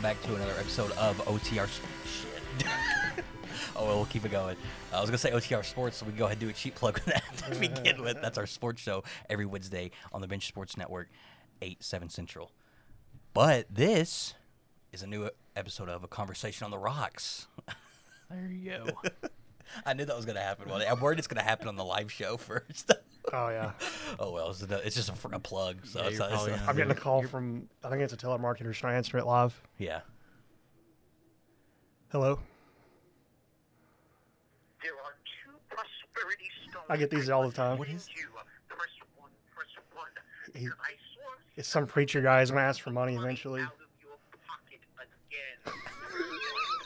back to another episode of OTR. Sp- Shit. oh, well, we'll keep it going. I was gonna say OTR Sports, so we can go ahead and do a cheap plug with that to begin with. That's our sports show every Wednesday on the Bench Sports Network, eight seven Central. But this is a new episode of A Conversation on the Rocks. There you go. I knew that was gonna happen. One day. I'm worried it's gonna happen on the live show first. Oh yeah, oh well, it's, a, it's just a, fr- a plug. So Yeah, it's you're not- it's probably not- not- I'm getting a call from I think it's a telemarketer. Should I answer it live? yeah. Hello. There are two prosperity stones. I get these all the time. What is you? Press one, press one. He- I swung It's some preacher guy. He's gonna ask for money money eventually. Out of your pocket again.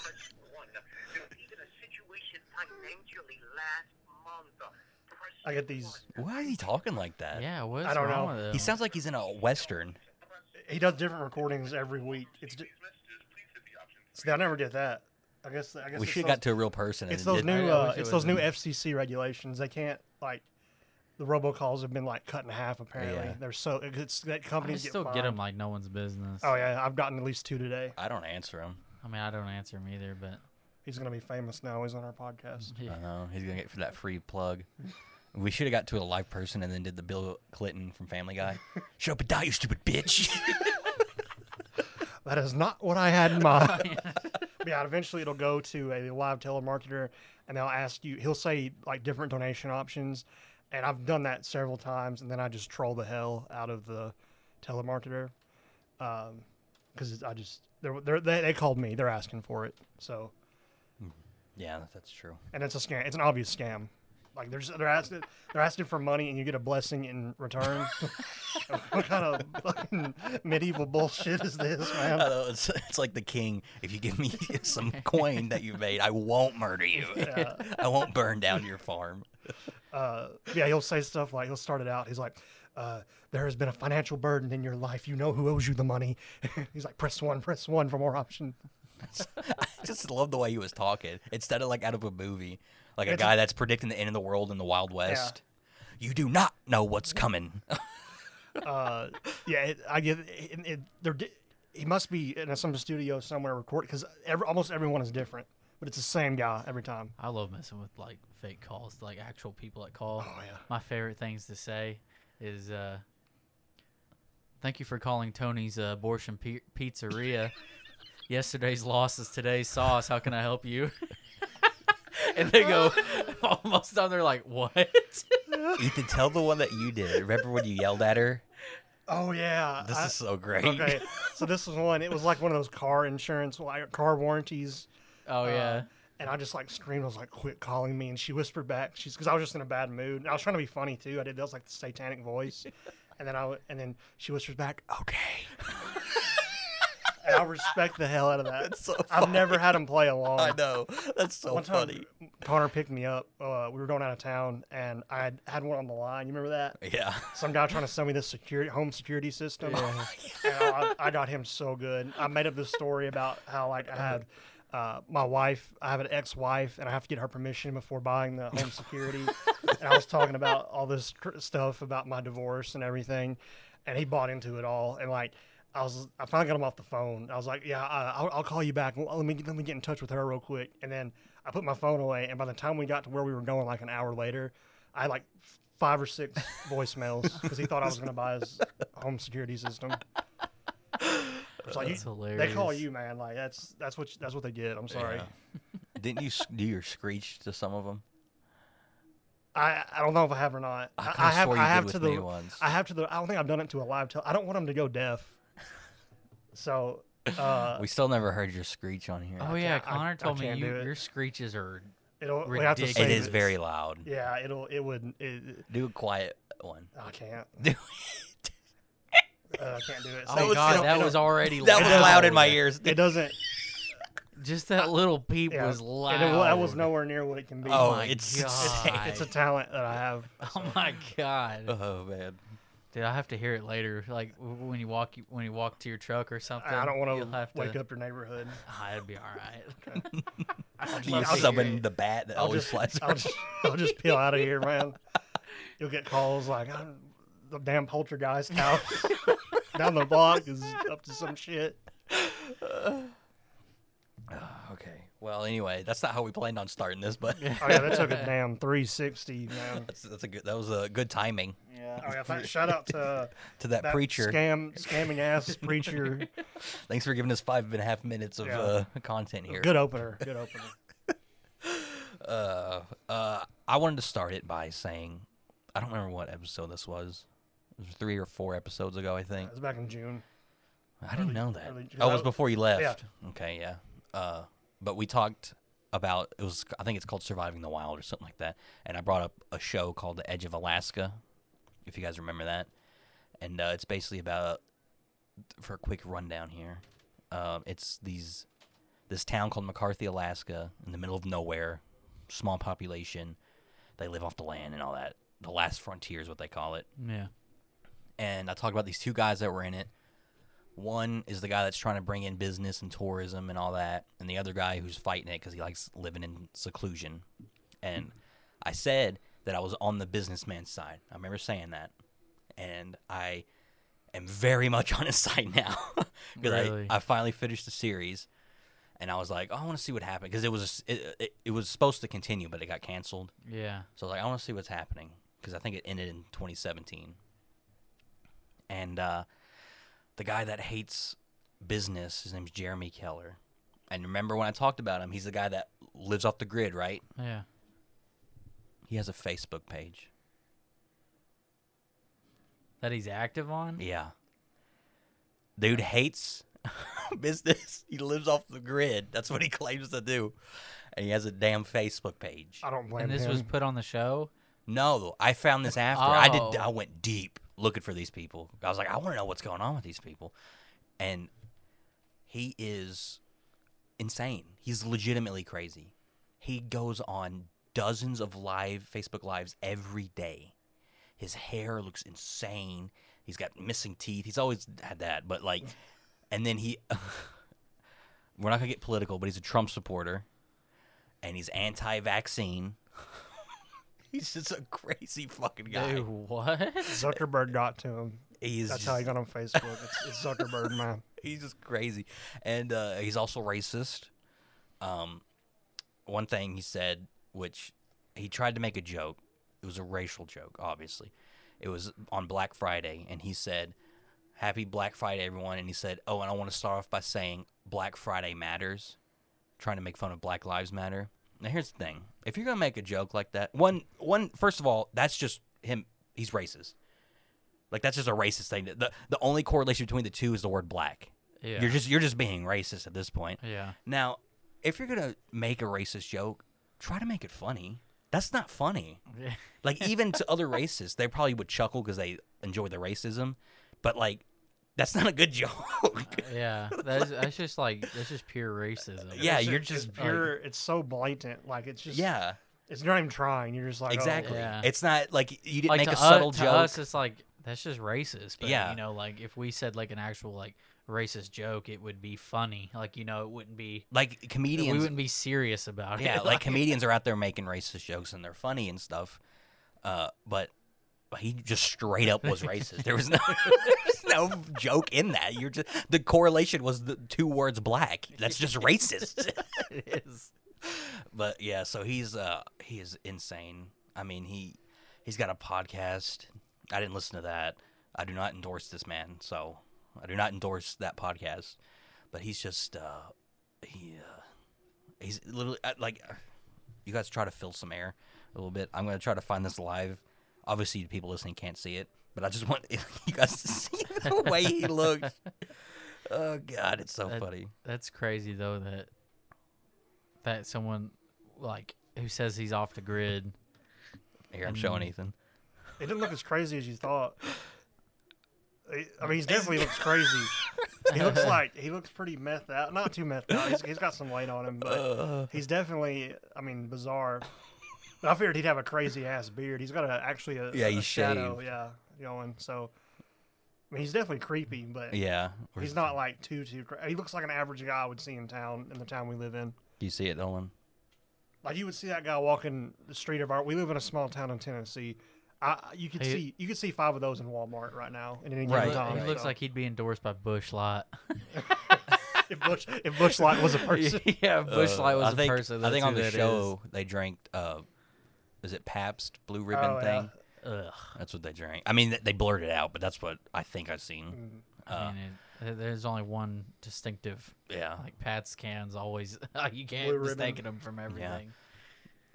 press one. There's even a situation financially last month. Press I get these. one. Why is he talking like that? Yeah, what's I don't wrong know. with him? He sounds like he's in a western. He does different recordings every week. It's. di- See, I never get that. I guess. I guess We it's should have those- got to a real person. It's and those did- new. I Uh, wish it it's those was new in- FCC regulations. They can't like. The robocalls have been like cut in half. Apparently, Yeah. they're so. It's that I companies still get, get fined. him like no one's business. Oh yeah, I've gotten at least two today. I don't answer him. I mean, I don't answer him either, but He's gonna be famous now. He's on our podcast. yeah. I know he's gonna get for that free plug. We should have got to a live person and then did the Bill Clinton from Family Guy. Shut up and die, you stupid bitch. That is not what I had in mind. But yeah, eventually it'll go to a live telemarketer, and they'll ask you. He'll say like different donation options, and I've done that several times, and then I just troll the hell out of the telemarketer, because I just they're, they're, they they called me. They're asking for it, so yeah, that's true. and it's a scam. It's an obvious scam. Like they're just, they're asking they're asking for money, and you get a blessing in return. what kind of fucking medieval bullshit is this, man? I know, it's, it's like the king. If you give me some coin that you made, I won't murder you. I won't burn down your farm. uh, yeah, he'll say stuff like he'll start it out. He's like, uh, "There has been a financial burden in your life. You know who owes you the money." he's like, "Press one, press one for more options." I just love the way he was talking. Instead of like out of a movie, like a It's a- guy that's predicting the end of the world in the Wild West. You do not know what's coming. Uh, yeah, it, I give it. it there, di- he must be in some studio somewhere recording because every, almost everyone is different, but it's the same guy every time. I love messing with like fake calls, like actual people that call. Oh yeah, My favorite things to say is, uh, "Thank you for calling Tony's uh, abortion pi- pizzeria. Yesterday's loss is today's sauce. How can I help you?" and they go almost done. They're like, "What?" Ethan, tell the one that you did. Remember when you yelled at her? oh yeah. This I- is so great. okay. so this was one. It was like one of those car insurance, like car warranties. oh Uh, yeah. Um, And I just like screamed, I was like, quit calling me. And she whispered back, she's because I was just in a bad mood. And I was trying to be funny too. I did that was like the satanic voice. And then I w- and then she whispers back, okay. and I respect the hell out of that. so I've never had him play along. I know. That's so Um, One time, funny. Connor picked me up. Uh, we were going out of town, and I had, had one on the line. You remember that? Yeah. Some guy trying to sell me this security home security system. and I, I got him so good. I made up this story about how like I had uh, my wife, I have an ex-wife, and I have to get her permission before buying the home security. and I was talking about all this cr- stuff about my divorce and everything, and he bought into it all. And like I was, I finally got him off the phone. I was like, yeah, I, I'll, I'll call you back. Well, let me let me get in touch with her real quick. And then I put my phone away. And by the time we got to where we were going, like an hour later, I had like. Five or six voicemails because he thought I was going to buy his home security system. It's like That's you- They call hilarious. you, man. Like that's that's what that's what they get. I'm sorry. Didn't you s- do your screech to some of them? I I don't know if I have or not. I, could've I have swore you I did have with to me the once. I have to the I don't think I've done it to a live tell. I don't want them to go deaf. So uh, We still never heard your screech on here. Oh yeah, can't- I- Connor I told me can't you, do it. your screeches are. it'll we have to Ridiculous. save It is this. very loud. yeah. It'll it would it, Do a quiet one. I can't Do it. uh, I can't do it. Oh Save was god, so- that was already That was loud in my ear. ears. it. It doesn't. Just that little peep Yeah. was and loud. it- that was nowhere near what it can be. Oh, my it's God. insane. it's a talent that I have. Oh my god, Oh man. dude! I have to hear it later. Like w- when you walk, when you walk to your truck or something. I don't you'll want to have wake up your neighborhood. Ah, it'd be all right. You I'll summon the bat that I'll always just, flies I'll around. just, I'll just peel out of here, man. You'll get calls like "I'm- the damn poltergeist house down the block is up to some shit. Okay. Well, anyway, that's not how we planned on starting this, but Oh yeah, that took a damn 360, man. that's, that's a good. That was a good timing Yeah. Oh yeah. Thanks, shout out to to that, that preacher. scam scamming ass preacher. Thanks for giving us five and a half minutes of Yeah. uh, content here. Good opener. Good opener. Uh, uh, I wanted to start it by saying, I don't remember what episode this was. It was three or four episodes ago, I think. That was back in June. I didn't know that. early- 'cause oh, it I was w- before you left. Okay, yeah. Uh, but we talked about it was I think it's called Surviving the Wild or something like that, and I brought up a show called The Edge of Alaska, if you guys remember that, and uh, it's basically about for a quick rundown here, um, it's these this town called McCarthy, Alaska, in the middle of nowhere, small population, they live off the land and all that. The last frontier is what they call it Yeah. and I talk about these two guys that were in it. One is the guy that's trying to bring in business and tourism and all that, and the other guy who's fighting it because he likes living in seclusion. And I said that I was on the businessman's side. I remember saying that, and I am very much on his side now because Really? I, I finally finished the series, and I was like, oh, I want to see what happened because it was it, it, it was supposed to continue, but it got canceled. Yeah. So I was like, I want to see what's happening because I think it ended in 2017. And uh, the guy that hates business, his name's Jeremy Keller. And remember when I talked about him, he's the guy that lives off the grid, right? Yeah. He has a Facebook page. That he's active on? Yeah. Dude hates business. He lives off the grid. That's what he claims to do. And he has a damn Facebook page. I don't blame And this him. was put on the show? No, I found this after. I did. Oh. I went deep looking for these people. I was like, I want to know what's going on with these people, and he is insane. He's legitimately crazy. He goes on dozens of live Facebook lives every day. His hair looks insane. He's got missing teeth. He's always had that, but like, and then he. we're not gonna get political, but he's a Trump supporter, and he's anti-vaccine. he's just a crazy fucking guy. Dude, what? Zuckerberg got to him. He's That's just, how he got on Facebook. It's, it's Zuckerberg, man. he's just crazy, and uh, he's also racist. Um, one thing he said, which he tried to make a joke. It was a racial joke, obviously. It was on Black Friday, and he said, "Happy Black Friday, everyone!" And he said, "Oh, and I want to start off by saying Black Friday matters," trying to make fun of Black Lives Matter. Now, here's the thing: if you're gonna make a joke like that, one, one, first of all, that's just him. He's racist. Like that's just a racist thing. The the only correlation between the two is the word black. Yeah. You're just you're just being racist at this point. yeah. Now, if you're gonna make a racist joke, try to make it funny. That's not funny. Like even to other racists, they probably would chuckle because they enjoy the racism, but like that's not a good joke. Yeah. That's, that's just like, that's just pure racism. Yeah, It's you're it's just, like- pure. it's so blatant. Like it's just. yeah, It's you're not even trying. You're just like oh, exactly. Yeah. It's not like you didn't Like make a to, u- subtle to joke. us, it's like, that's just racist. But, Yeah. you know, like if we said like an actual like racist joke, it would be funny. Like, you know, it wouldn't be, like we comedians wouldn't be serious about it. Yeah, like comedians are out there making racist jokes and they're funny and stuff. Uh, but he just straight up was racist. There was no, there's no joke in that. You're just the correlation was the two words black. That's just racist. it is. but yeah, so he's uh he is insane. I mean he he's got a podcast. I didn't listen to that. I do not endorse this man, so I do not endorse that podcast. But he's just uh he uh, he's literally I- like you guys try to fill some air a little bit. I'm gonna try to find this live. Obviously, the people listening can't see it, but I just want you guys to see the way he looks. Oh God, it's so That- funny. That's crazy though that that someone like who says he's off the grid. Here, I'm showing Mm. Ethan. It didn't look as crazy as you thought. I I mean, he definitely looks crazy. He looks like he looks pretty methed out. Not too methed out. He's, he's got some weight on him, but Uh. he's definitely. I mean, bizarre. But I figured he'd have a crazy ass beard. He's got a actually a Yeah, a he's shadow. shaved. Yeah, going. So, I mean, he's definitely creepy, but Yeah, where's he's not like too too. Cra- he looks like an average guy I would see in town in the town we live in. Do you see it, Nolan? Like you would see that guy walking the street of our. We live in a small town in Tennessee. I, you could He- see you could see five of those in Walmart right now in any Right. given Look- time. he looks so. like he'd be endorsed by Bush Light. if Bush if Bush Light was a person. yeah, Bushlight was Uh, I a think, person. I that's think on who the that show they drank. Uh, is it Pabst Blue Ribbon Oh, yeah. thing? is. Ugh. That's what they drank. I mean, th- they blurted it out, but that's what I think I've seen. I Uh, mean, it, th- there's only one distinctive. yeah, Like Pat's cans always. you Blue can't mistake ribbon. them from everything.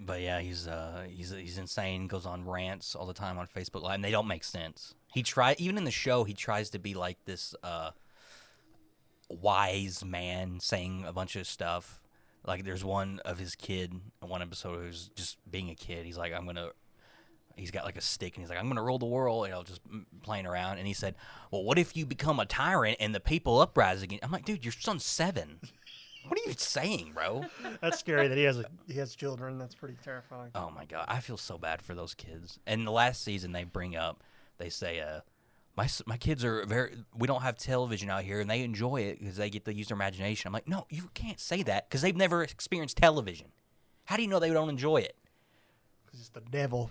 but yeah, he's uh, he's he's insane. Goes on rants all the time on Facebook Live, and they don't make sense. He try even in the show, he tries to be like this uh, wise man saying a bunch of stuff. Like there's one of his kid in one episode who's just being a kid. He's like, I'm gonna. He's got like a stick and he's like, I'm gonna roll the world, you know, just mm, playing around. And he said, Well, what if you become a tyrant and the people uprise again? I'm like, dude, your son's seven. What are you saying, bro? That's scary that he has a, he has children. That's pretty terrifying. Oh my god, I feel so bad for those kids. And the last season they bring up, they say, uh, my s- my kids are very. We don't have television out here, and they enjoy it because they get to use their imagination. I'm like, no, you can't say that because they've never experienced television. How do you know they don't enjoy it? He's just the devil.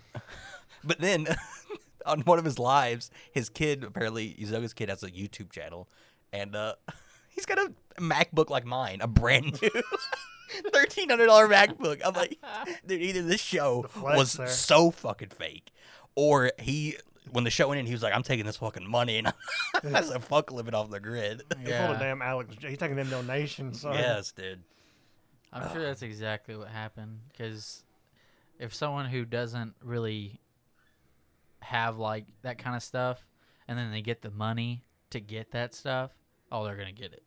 But then, on one of his lives, his kid apparently his youngest kid has a YouTube channel, and uh, he's got a MacBook like mine, a brand new. Thirteen hundred dollar MacBook. I'm like, dude. Either this show The flex was there. so fucking fake, or he, when the show went in, he was like, "I'm taking this fucking money," and I said, "Fuck living off the grid." He pulled a damn Alex. J- He's taking them donations. So. Yes, dude. I'm sure that's exactly what happened. Because if someone who doesn't really have like that kind of stuff, and then they get the money to get that stuff, oh, they're gonna get it.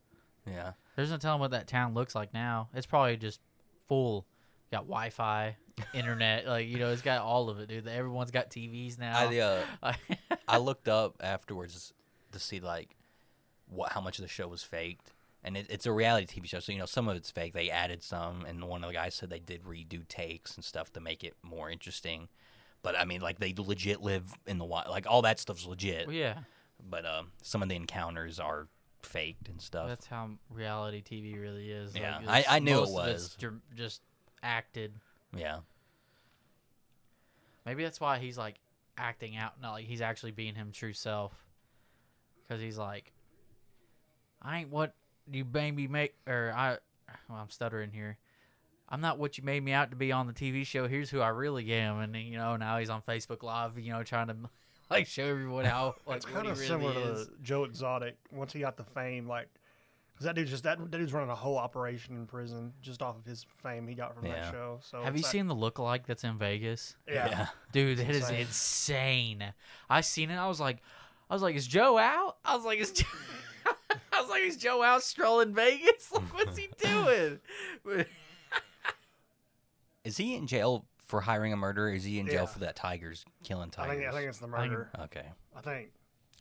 Yeah. There's no telling what that town looks like now. It's probably just full. Got Wi-Fi, internet, like you know, it's got all of it, dude. Everyone's got TVs now. I Oh. uh, Like- I looked up afterwards to see like what how much of the show was faked, and it, it's a reality TV show, so you know some of it's fake. They added some, and one of the guys said they did redo takes and stuff to make it more interesting. But I mean, like they legit live in the wild, like all that stuff's legit. Well, yeah, But um, some of the encounters are faked and stuff. that's how reality TV really is. like, Yeah, it's- I- I knew it most of it's was. dr- just acted. yeah, Maybe that's why he's like acting out, not like he's actually being him true self. Because he's like, I ain't what you made me make, or I, well, I'm stuttering here. I'm not what you made me out to be on the TV show. Here's who I really am, and you know now he's on Facebook Live, you know, trying to like show everyone how like It's what kind he of really similar is. to Joe Exotic once he got the fame, like because that dude's just that, that dude's running a whole operation in prison just off of his fame he got from Yeah. that show. So Have you it's like- seen the lookalike that's in Vegas? Yeah. yeah. Dude, that is insane. insane. I seen it. I was like, I was like, is Joe out? I was like, is Joe, I was like, is Joe out strolling Vegas? Like, what's he doing? Is he in jail for hiring a murderer? Is he in jail Yeah. for that tigers killing I tigers? think I think it's the think- murder. okay. I think.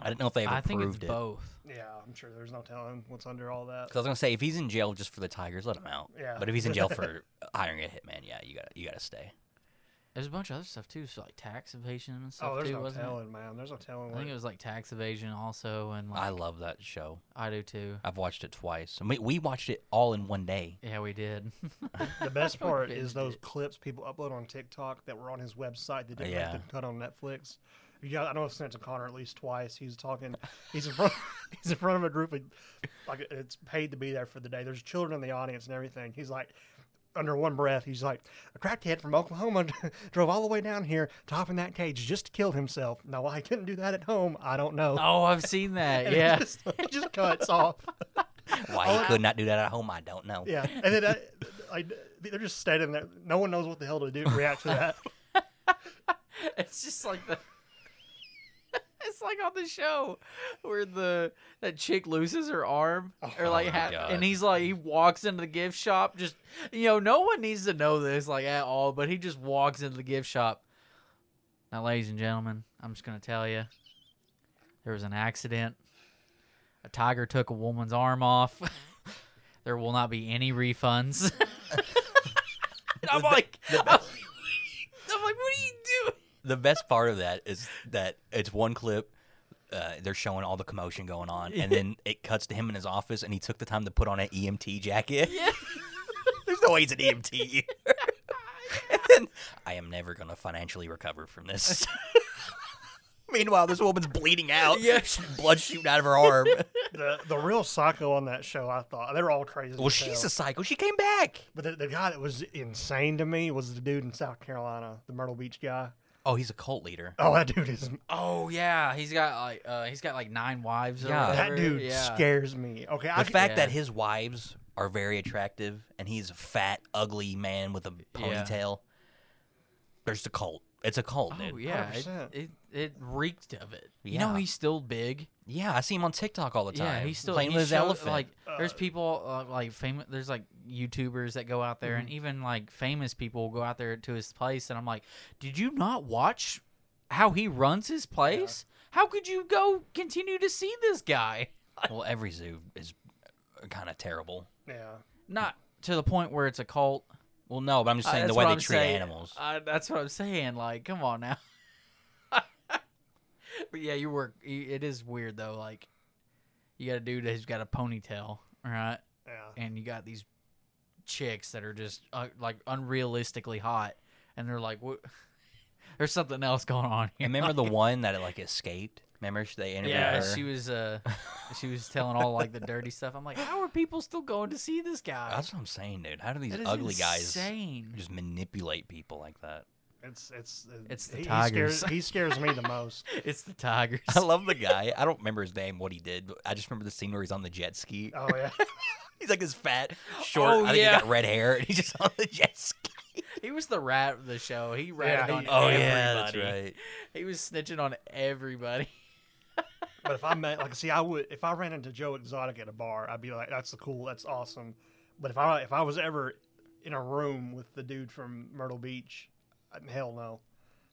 I didn't know if they ever I think it's proved it. both. Yeah, I'm sure there's no telling what's under all that. Because I was gonna say, if he's in jail just for the Tigers, let him out. Yeah. But if he's in jail for hiring a hitman, yeah, you gotta you gotta stay. There's a bunch of other stuff too, so like tax evasion and stuff Oh, there's too, no wasn't it? telling, man. There's no telling. I think what- it was like tax evasion also, and I like love that show. I, do too. I've watched it twice. And we we watched it all in one day. Yeah, we did. The best part is binged those it. clips people upload on TikTok that were on his website that didn't Yeah. make the cut on Netflix. Yeah, I know I've sent it to Connor at least twice. He's talking. He's in front. he's in front of a group of like it's paid to be there for the day. There's children in the audience and everything. He's like. Under one breath, he's like, "A crackhead from Oklahoma drove all the way down here to hop in that cage just to kill himself." Now, why he couldn't do that at home, I don't know. oh, I've seen that. And it Yeah, just, it just cuts off. Why he could not do that at home, I don't know. Yeah, and then I, I, they're just standing there. No one knows what the hell to do. React to that. it's just like the it's like on the show where the that chick loses her arm or like Oh my ha- God. and he's like he walks into the gift shop just you know no one needs to know this like at all but he just walks into the gift shop now ladies and gentlemen i'm just gonna tell you there was an accident a tiger took a woman's arm off there will not be any refunds and i'm like i'm like what are you doing The best part of that is that it's one clip. Uh, they're showing all the commotion going on, and then it cuts to him in his office, and he took the time to put on an EMT jacket. Yeah. There's no way he's an EMT. either. and then, I am never gonna financially recover from this. Meanwhile, this woman's bleeding out. Yeah. Blood shooting out of her arm. the the real psycho on that show, I thought they were all crazy. as Well, hell. she's a psycho. She came back. But the, the guy that was insane to me was the dude in South Carolina, the Myrtle Beach guy. Oh, he's a cult leader. Oh, that dude is Oh yeah, he's got like uh, he's got like nine wives. Or Yeah. whatever. that dude yeah. scares me. Okay, Uh, The I can, fact yeah. that his wives are very attractive and he's a fat, ugly man with a Yeah. ponytail. There's the cult. It's a cult, dude. Oh yeah, it, 100%. it it reeked of it. You know Yeah. he's still big. Yeah, I see him on TikTok all the time. Yeah, he's still playing he with his showed- elephant. Like, Uh, there's people uh, like famous. There's like YouTubers that go out there, Mm-hmm. and even like famous people go out there to his place. And I'm like, did you not watch how he runs his place? How could you go continue to see this guy? well, every zoo is kind of terrible. yeah, Not to the point where it's a cult. Well, no, but I'm just Uh, saying the that's way what they I'm treat saying. animals. Uh, that's what I'm saying. Like, come on now. but yeah, you work. It is weird though. Like, you got a dude who's got a ponytail, right? yeah. and you got these chicks that are just uh, like unrealistically hot, and they're like, what? There's something else going on here. And remember the one that like escaped? Remember she- they interviewed yeah, her? she was uh, she was telling all like the dirty stuff. I'm like, how are people still going to see this guy? That's what I'm saying, dude. How do these That is ugly guys insane. just manipulate people like that? It's it's It's the he, He tigers. scares, he scares me the most. It's the tigers. I love the guy. I don't remember his name, what he did, but I just remember the scene where he's on the jet ski. Oh yeah, He's like this fat, short. Oh, I think yeah. he got red hair, and he's just on the jet ski. he was the rat of the show. He ratted on he- Oh, everybody. right. He was snitching on everybody. but if I met like see, I would if I ran into Joe Exotic at a bar, I'd be like, that's the cool, that's awesome. But if I if I was ever in a room with the dude from Myrtle Beach, uh, hell no.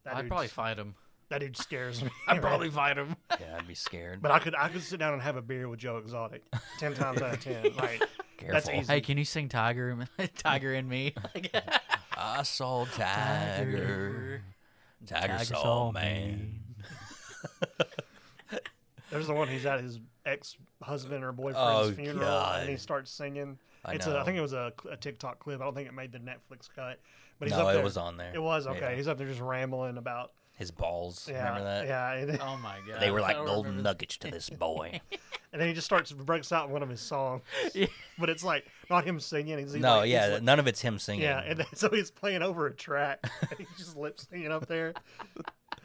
That I'd dude's- probably fight him. that dude scares me. I'd probably fight him. Yeah, I'd be scared. But I could I could sit down and have a beer with Joe Exotic ten times out of ten. Like Careful. that's easy. Hey, can you sing Tiger, Tiger and Me? I saw Tiger. Tiger, saw, man. There's the one he's at his ex husband or boyfriend's Oh, funeral, God. and he starts singing. I it's a, I think know. it was a, cl- a TikTok clip. I don't think it made the Netflix cut, but he's No, up there. it was on there. It was okay. Yeah. He's up there just rambling about. His balls. Yeah, Remember that? yeah. And, Oh my god. They were I like don't golden remember nuggets to this boy. and then he just starts breaks out in one of his songs, Yeah. but it's like not him singing. He's he's no, like, he's yeah, like- none of it's him singing. yeah. And then, so he's playing over a track. and he's just lip singing up there.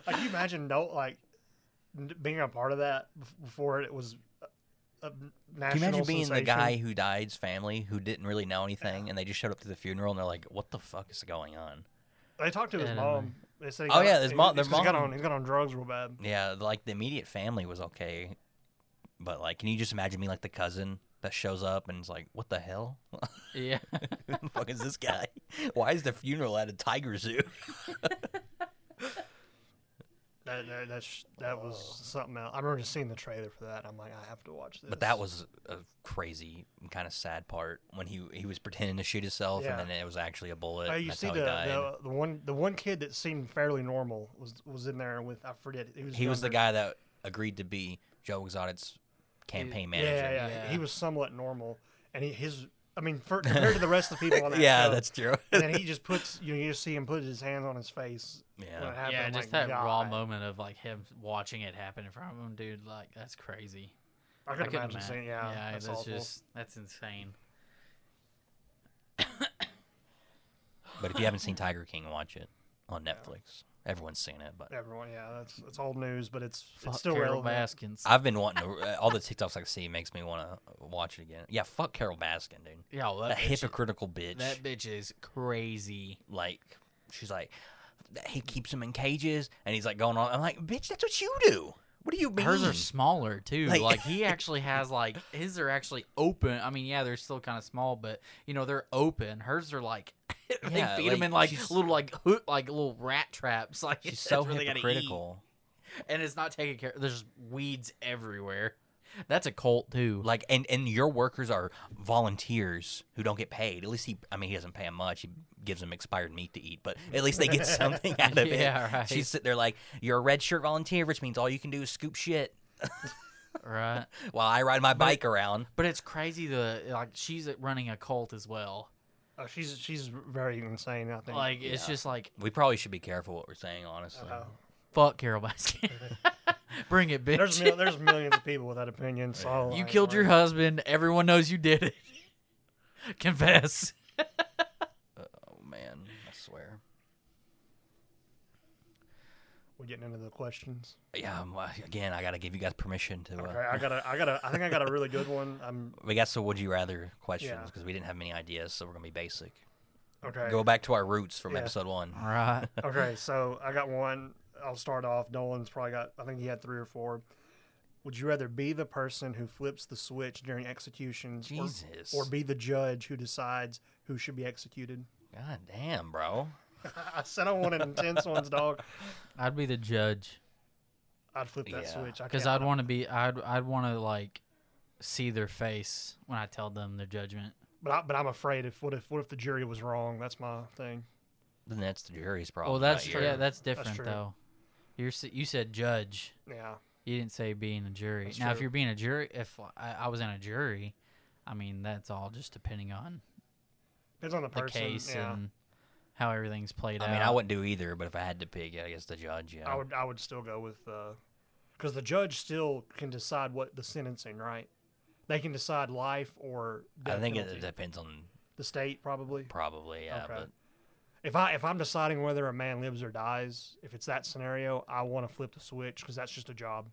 Like you imagine, no, like n- being a part of that bef- before it was. A, a Can national you imagine being the sensation? guy who died's family who didn't really know anything and they just showed up to the funeral and they're like, what the fuck is going on? They talked to his Yeah, I don't mom. They said he Oh, got- yeah, his he- mo- their it's 'cause He got mom. on. He got on drugs real bad. Yeah, like the immediate family was okay. But like, can you just imagine me like the cousin that shows up and is like, what the hell? Yeah. Who the fuck is this guy? Why is the funeral at a tiger zoo? That that that, sh- that was something else. I remember just seeing the trailer for that. and I'm like, I have to watch this. But that was a crazy and kind of sad part when he he was pretending to shoot himself Yeah. and then it was actually a bullet. Uh, and you that's see how the, he died. the the one the one kid that seemed fairly normal was was in there with I forget he was he was the younger. guy that agreed to be Joe Exotic's campaign Yeah, manager. yeah, Yeah. he was somewhat normal, and he, his I mean for, compared to the rest of the people on that Yeah, show, that's true. and then he just puts you, know, you just see him put his hands on his face. when it yeah. happened. yeah, I'm just like, that raw Oh God. moment of like him watching it happen in front of him, dude. Like that's crazy. I could couldn't imagine seeing yeah, yeah, that's, awful. just that's insane. But if you haven't seen Tiger King, watch it on Netflix. Everyone's seen it, but everyone. Yeah, that's it's old news, but it's Fuck it's still Carol relevant. Baskins. I've been wanting to. uh, All the TikToks I see makes me want to watch it again. Yeah, fuck Carol Baskin, dude. Yo, That that, bitch, hypocritical bitch. that bitch is crazy. like, she's like, he keeps him in cages, and he's like going on. I'm like, bitch, that's what you do. What do you mean? Hers are smaller too. Like- Like, he actually has like his are actually open. I mean, yeah, they're still kind of small, but you know they're open. Hers are like they Yeah, feed them like, in like she's- little like hoot like little rat traps. Like She's that's so where they gotta eat. hypocritical. and it's not taken care. There's weeds everywhere. That's a cult too. Like, and and your workers are volunteers who don't get paid. At least he, I mean, he doesn't pay them much. He gives them expired meat to eat, but at least they get something out of it. Yeah, right. She's sitting there like, you're a red shirt volunteer, which means all you can do is scoop shit right. while I ride my bike around. But it's crazy the like she's running a cult as well. Oh, she's she's very insane. I think. Like it's just like We probably should be careful what we're saying, honestly. Uh, fuck Carol Baskin. Bring it, bitch. There's mil- there's millions of people with that opinion. So you like, killed your like, husband. Everyone knows you did it. Confess. Oh man, I swear. We're getting into the questions. Yeah, um, uh, again, I gotta give you guys permission to. Uh, Okay, I got a, I got a, I think I got a really good one. I'm We got some would you rather questions Yeah. because we didn't have many ideas, so we're gonna be basic. okay. Go back to our roots from Yeah. episode one. Right. Okay, so I got one. I'll start off. Nolan's probably got. I think he had three or four. Would you rather be the person who flips the switch during executions, or- Jesus. or, be the judge who decides who should be executed? God damn, bro. I said I wanted intense ones, dog. I'd be the judge I'd flip that Yeah. switch. I because can't- I'd want to be. I'd I'd want to like see their face when I tell them their judgment. But I, but I'm afraid if what if what if the jury was wrong? That's my thing. Then that's the jury's problem. Well, that's not true. your- Yeah, that's different true. though. You're s- you said judge. Yeah. You didn't say being a jury. That's now, if true. you're being a jury, if I, I was in a jury, I mean that's all just depending on Depends on the the person. case yeah. and how everything's played out. I mean, I wouldn't do either, but if I had to pick, yeah, I guess the judge. Yeah. I would I would still go with because the judge still can decide what the sentencing right. They can decide life or I death think it, penalty. depends on the state probably. probably. Yeah, Okay. but If I if I'm deciding whether a man lives or dies, if it's that scenario, I want to flip the switch because that's just a job.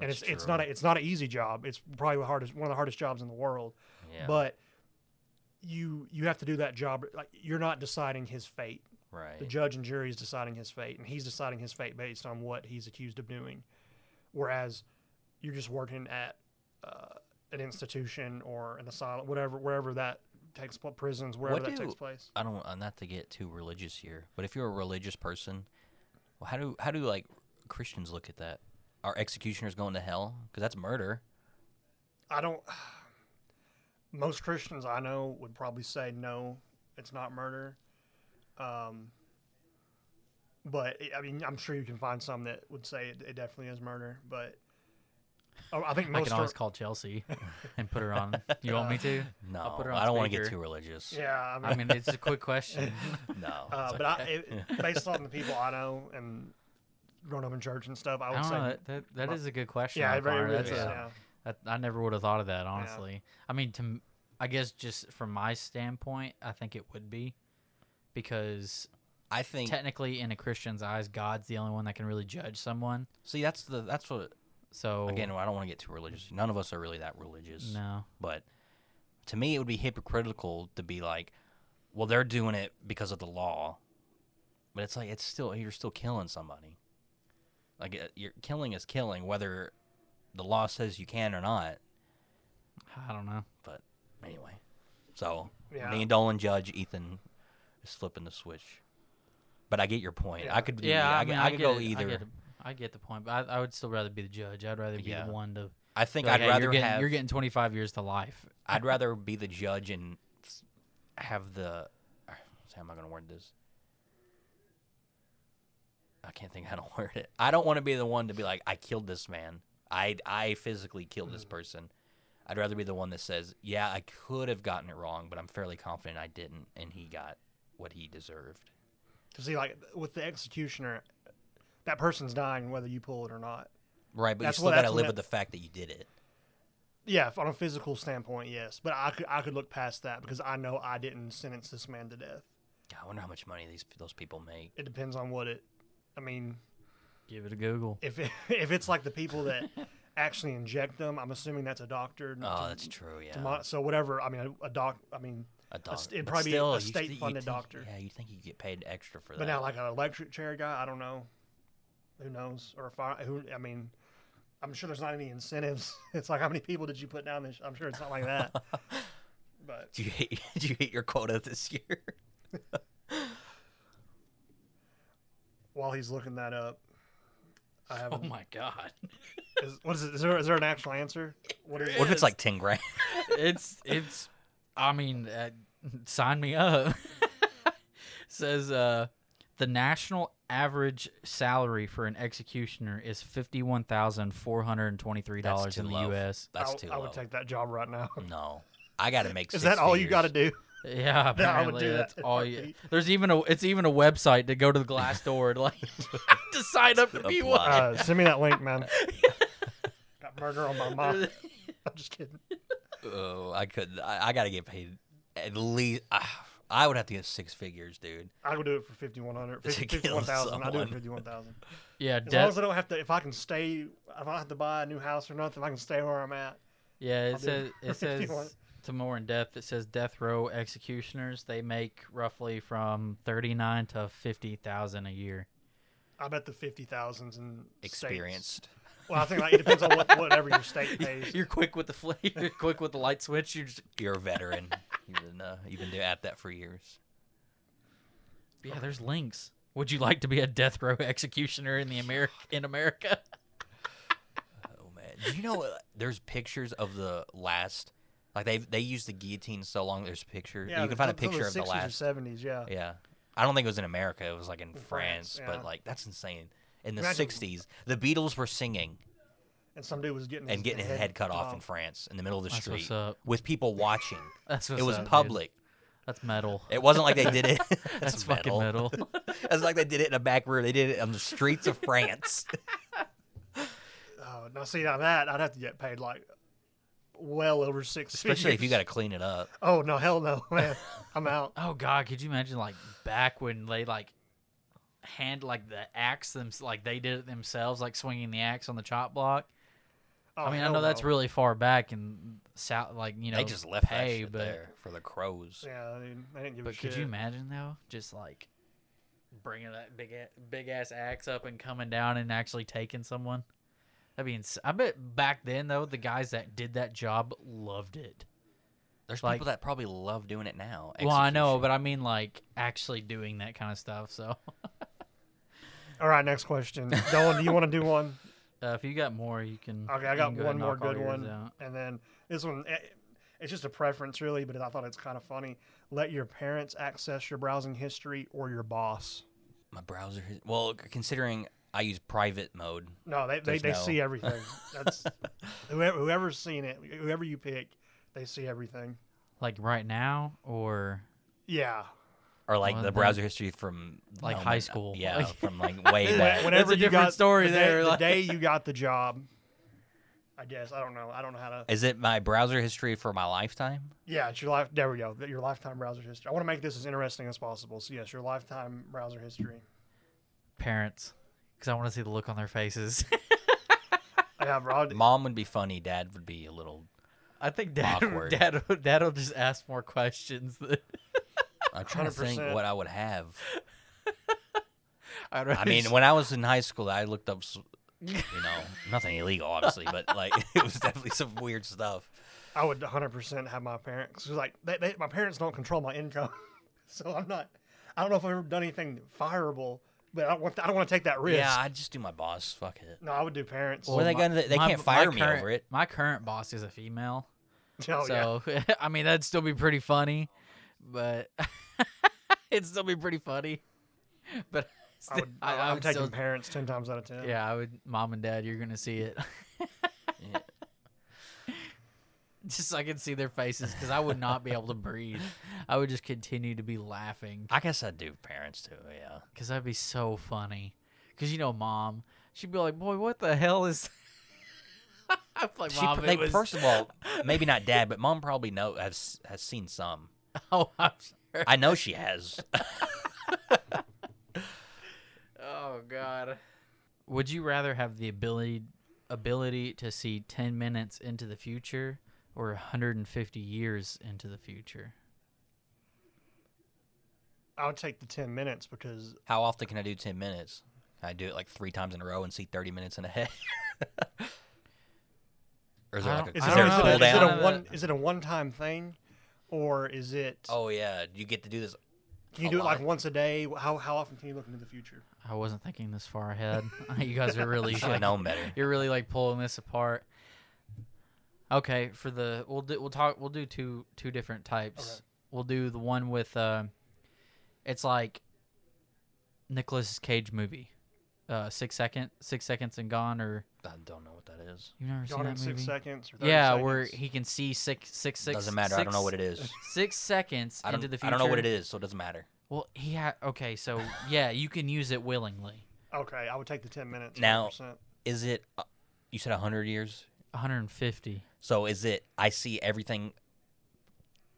and That's it's it's not a, true. it's not an easy job. It's probably the hardest one of the hardest jobs in the world. yeah. But you you have to do that job. Like you're not deciding his fate. right. The judge and jury is deciding his fate, and he's deciding his fate based on what he's accused of doing. Whereas you're just working at uh, an institution or an asylum, whatever, wherever that takes place, prisons, wherever What that do- takes place. I don't. uh, Not to get too religious here, but if you're a religious person, well, how do how do like Christians look at that? Are executioners going to hell? Because that's murder. I don't. Most Christians I know would probably say no, it's not murder. Um, but I- I mean, I'm sure you can find some that would say it, it definitely is murder. But oh, I I think I most can always are- call Chelsea and put her on. You want me to? No, I'll put her on I don't want to get speaker. too religious. yeah, I mean, I mean, it's a quick question. No, Uh, it's but I, it, based on the people I know and growing up in church and stuff, I I Oh, would don't say, know. That, that, that my- is a good question. yeah, though, it very Connor. really That's is, a- yeah. that- I never would have thought of that, honestly. I mean, to m- I guess just from my standpoint, I think it would be because I think. technically, in a Christian's eyes, God's the only one that can really judge someone. see, that's the that's what. So Again, I don't want to get too religious. None of us are really that religious. no, But to me, it would be hypocritical to be like, well, they're doing it because of the law. But it's like, it's still, you're still killing somebody. Like, uh, you're, killing is killing, whether the law says you can or not. I don't know. But anyway. So, Yeah. me and Dolan Judge, Ethan is flipping the switch. But I get your point. Yeah. I could do Yeah, either. I, I, could- mean, I I could get go it. I either. get, it. I get the point, but I, I would still rather be the judge. I'd rather be Yeah. the one to. I think be like, I'd "Hey, rather you're getting, have. You're getting 25 years to life. I'd rather be the judge and s- have the. uh, How am I going to word this? I can't think how to word it. I don't want to be the one to be like, I killed this man. I I physically killed Mm. this person. I'd rather be the one that says, Yeah, I could have gotten it wrong, but I'm fairly confident I didn't, and he got what he deserved. to see like with the executioner, that person's dying whether you pull it or not. Right, but That's you still what- got to that's what live that- with the fact that you did it. Yeah, if- on a physical standpoint, yes, but I could I could look past that because I know I didn't sentence this man to death. God, I wonder how much money these those people make. It depends on what it. I mean, Give it a Google. if it, if it's like the people that actually inject them, I'm assuming that's a doctor. Oh, to- that's true. Yeah, to mon- so whatever. I mean, a, a doc. I mean, a doctor. it'd but probably be still, a you th- you'd think- state-funded doctor. Yeah, you think you get paid extra for that? But now, like an electric chair guy, I don't know. Who knows? Or if I, who, I mean, I'm sure there's not any incentives. It's like how many people did you put down this? I'm sure it's not like that. but Did you hit, did you hit your quota this year? while he's looking that up, I have. Oh a my God. Is, what is it? Is there is there an actual answer? What is it? What if it's like 10 grand? it's it's i mean uh, sign me up says uh the national average salary for an executioner is $51,423 too in the low. US. That's I, too I low. would take that job right now. No. I got to make Is six that all you got to figures. do? Yeah, No, I would apparently do that that's in a all you. heartbeat. There's even a it's even a website to go to the Glassdoor to like to sign up to be one. Apply. Uh, send me that link, man. Got murder on my mind. I'm just kidding. Oh, I couldn't. I, I gotta get paid at least. ah, I would have to get six figures, dude. I would do it for 5100 To 50 kill 51,000. I do it someone. for 51,000. Yeah, As long debt. as I don't have to, if I can stay, if I don't have to buy a new house or nothing, if I can stay where I'm at. Yeah, I'll it do says it. it If you want. says to more in depth. It says death row executioners. They make roughly from thirty nine to fifty thousand a year. I bet the 50,000s in states. Experienced. Well, I think like, it depends on what, whatever your state pays. You're quick with the fl- you're quick with the light switch. You're just, You're a veteran. You've been uh, you've been at that for years. yeah. There's links. Would you like to be a death row executioner in the America in America? Oh man, do you know uh, there's pictures of the last? Like they they used the guillotine so long. There's a picture. you can it's find a up till picture of the 60s last. or 70s, yeah. Yeah, I don't think it was in America. It was like in France, France, but yeah. like that's insane. In the Imagine- '60s, the Beatles were singing And some dude was getting and getting his head cut off in Oh. France in the middle of the That's what's street up. with people watching. That's what's it was up, dude. public. That's metal. It wasn't like they did it. That's fucking metal. It's like they did it in a back room. They did it on the streets of France. Oh, now see now that I'd have to get paid like well over six. Especially if you got figures. to clean it up. Oh no, hell no, man, I'm out. Oh God, could you imagine like back when they like hand like the axe them like they did it themselves, like swinging the axe on the chop block. Oh, I mean, I hell know that's no. really far back and south, like you know, they just left that pay, shit but there for the crows. Yeah, I, mean, I didn't give a but shit. could you imagine though, just like bringing that big a- big ass axe up and coming down and actually taking someone? I mean, I bet back then though, the guys that did that job loved it. There's Like- people that probably love doing it now. Well, I know, Execution. but I mean, like actually doing that kind of stuff. So. All right, next question. Dylan, do you want to do one? Uh, if you got more, you can. Okay, you I got can go ahead one and more knock all good yours one, out. and then this one. eh, It's just a preference, really, but I thought it's kind of funny. Let your parents access your browsing history or your boss. my browser. has- Well, c- considering I use private mode, No, they they, There's they no- see everything. That's whoever, whoever's seen it, whoever you pick, they see everything. Like right now, or Yeah, or like Well, the Oh, that- browser history from Like um, high school. Yeah, Like- from like way back. whenever a you different got story the day, there, the like- day you got the job, I guess I don't know. I don't know how to. Is it my browser history for my lifetime? Yeah, it's your life. There we go. th- Your lifetime browser history. I want to make this as interesting as possible. So yes, your lifetime browser history. parents, because I want to see the look on their faces. I have Rod. Mom would be funny. Dad would be a little. I think dad, Awkward. dad, dad will just ask more questions. than- I'm trying to think 100%. what I would have. don't I mean, know. when I was in high school, I looked up, s- you know, nothing illegal, obviously, but like it was definitely some weird stuff. I would 100 percent have my parents. 'cause, like they, they, my parents don't control my income, so I'm not. I don't know if I've ever done anything fireable, but I don't want. I don't want to take that risk. Yeah, I just do my boss. Fuck it. no, I would do parents. Well, What are they my- gonna- they my- can't my fire me current- over it. My current boss is a female, Oh, yeah. so I mean that'd still be pretty funny, but it'd still be pretty funny. But I still, would, I, I I'm would take still- parents 10 times out of 10. Yeah, I would. Mom and dad, you're gonna see it. Yeah. just so I can see their faces because I would not be able to breathe. I would just continue to be laughing I guess I'd do parents too. Yeah. because that'd be so funny. Because you know, mom, she'd be like, "Boy, what the hell is?" I'm like, She, mom, pr- it they, was- First of all, maybe not dad, but mom probably know has has seen some. oh, I'm sure. I know she has. oh God. Would you rather have the ability ability to see 10 minutes into the future or 150 years into the future? I would take the 10 minutes because How often can I do ten minutes? Can I do it like three times in a row and see thirty minutes in a head. or is there I like don't- a, is, is I it, there is a know. cool it, is it down? None a of one that. is it a one time thing or is it Oh yeah, you get to do this. can you a do it like lot. once a day? How how often can you look into the future? I wasn't thinking this far ahead. you guys are really You should have like, known better. You're really like pulling this apart. Okay, for the we'll do we'll talk we'll do two two different types. Okay. We'll do the one with uh, it's like Nicolas Cage movie. uh, six second, six seconds and gone, or I don't know what that is. you've never seen Gone in that movie? six seconds or 30 yeah, seconds. where he can see six, six, six. doesn't matter. I don't know what it is. Six seconds I don't. into the future. I don't know what it is, so it doesn't matter. Well, he had okay, so yeah, you can use it willingly. Okay, I would take the ten minutes. Now- 100%. Is it? Uh, you said hundred years. 150. So is it? I see everything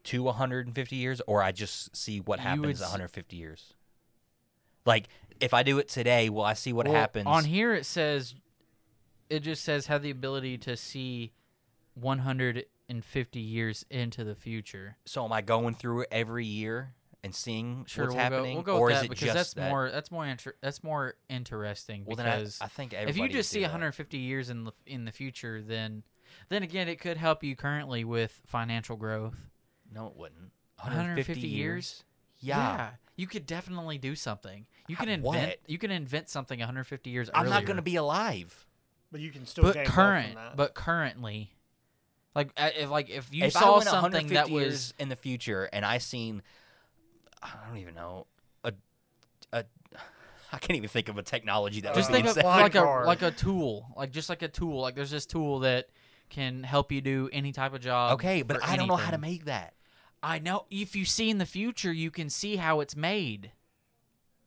to 150 years, or I just see what You would happens s- 150 years. Like if I do it today, will I see what Well, happens? on here? It says, it just says have the ability to see 150 years into the future. so am I going through every year and seeing Sure, what's we'll happening, go. We'll go or with is that it because just that's that? more that's more inter- that's more interesting Well, then I, because I think if you everybody would just see do that. 150 years in the in the future, then then again it could help you currently with financial growth. no, it wouldn't. 150 years? Yeah. you could definitely do something. You can Ha- invent. what? You can invent something 150 years. I'm not earlier. going to be alive. but you can still. But gain wealth from current, that. but currently, like I- if like if you if I saw went something 150 that years was in the future and I seen, I don't even know a, a, I can't even think of a technology that. just would think be of exact- Blind like a card. like a tool, like just like a tool. Like there's this tool that can help you do any type of job. Okay, but for I don't know how to anything. make that. I know if you see in the future, you can see how it's made.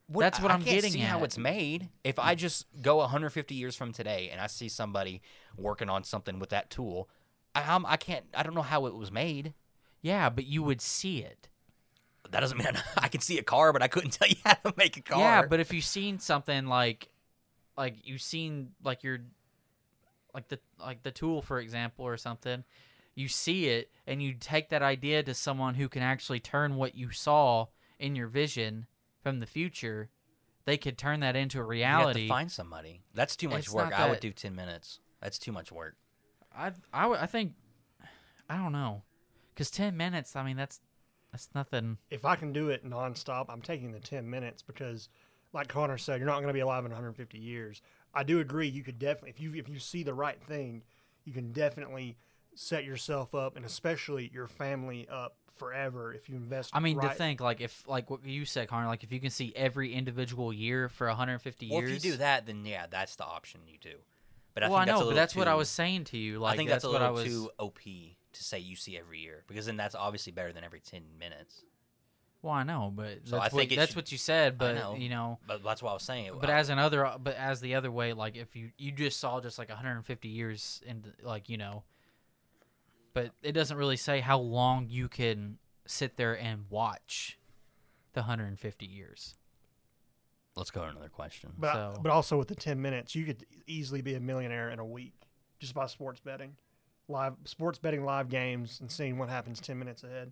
That's what I, I'm I can't getting See how at. it's made. If I just go 150 years from today and I see somebody working on something with that tool, I, I'm, I can't. I don't know how it was made. Yeah, but you would see it. That doesn't mean I, can see a car, but I couldn't tell you how to make a car. Yeah, but if you've seen something like, like you've seen like your, like the like the tool for example or something, you see it and you take that idea to someone who can actually turn what you saw in your vision from the future, they could turn that into a you have to reality. find somebody. That's too much It's work. not I would that- do 10 minutes. That's too much work. I I would- I think, I don't know, because ten minutes. I mean that's that's nothing. if I can do it nonstop, I'm taking the 10 minutes because, like Connor said, you're not going to be alive in 150 years. I do agree. You could definitely, if you if you see the right thing, you can definitely set yourself up and especially your family up forever if you invest. I mean right. to think like if like what you said, Connor, like if you can see every individual year for 150 Well, years. if you do that, then yeah, that's the option you do. But I well, think that's I know, a but little that's what I too- was saying to you. Like, I think that's, that's, a what I little was. too op to say you see every year because then that's obviously better than every 10 minutes. Well, I know, but that's, So I what, think it that's should- what you said. But know. you know, But that's what I was saying. but I- as another, but as the other way, like if you you just saw just like 150 years and like you know, but it doesn't really say how long you can sit there and watch the 150 years. let's go to another question. but so- but also with the 10 minutes, you could easily be a millionaire in a week just by sports betting, live sports betting live games and seeing what happens 10 minutes ahead.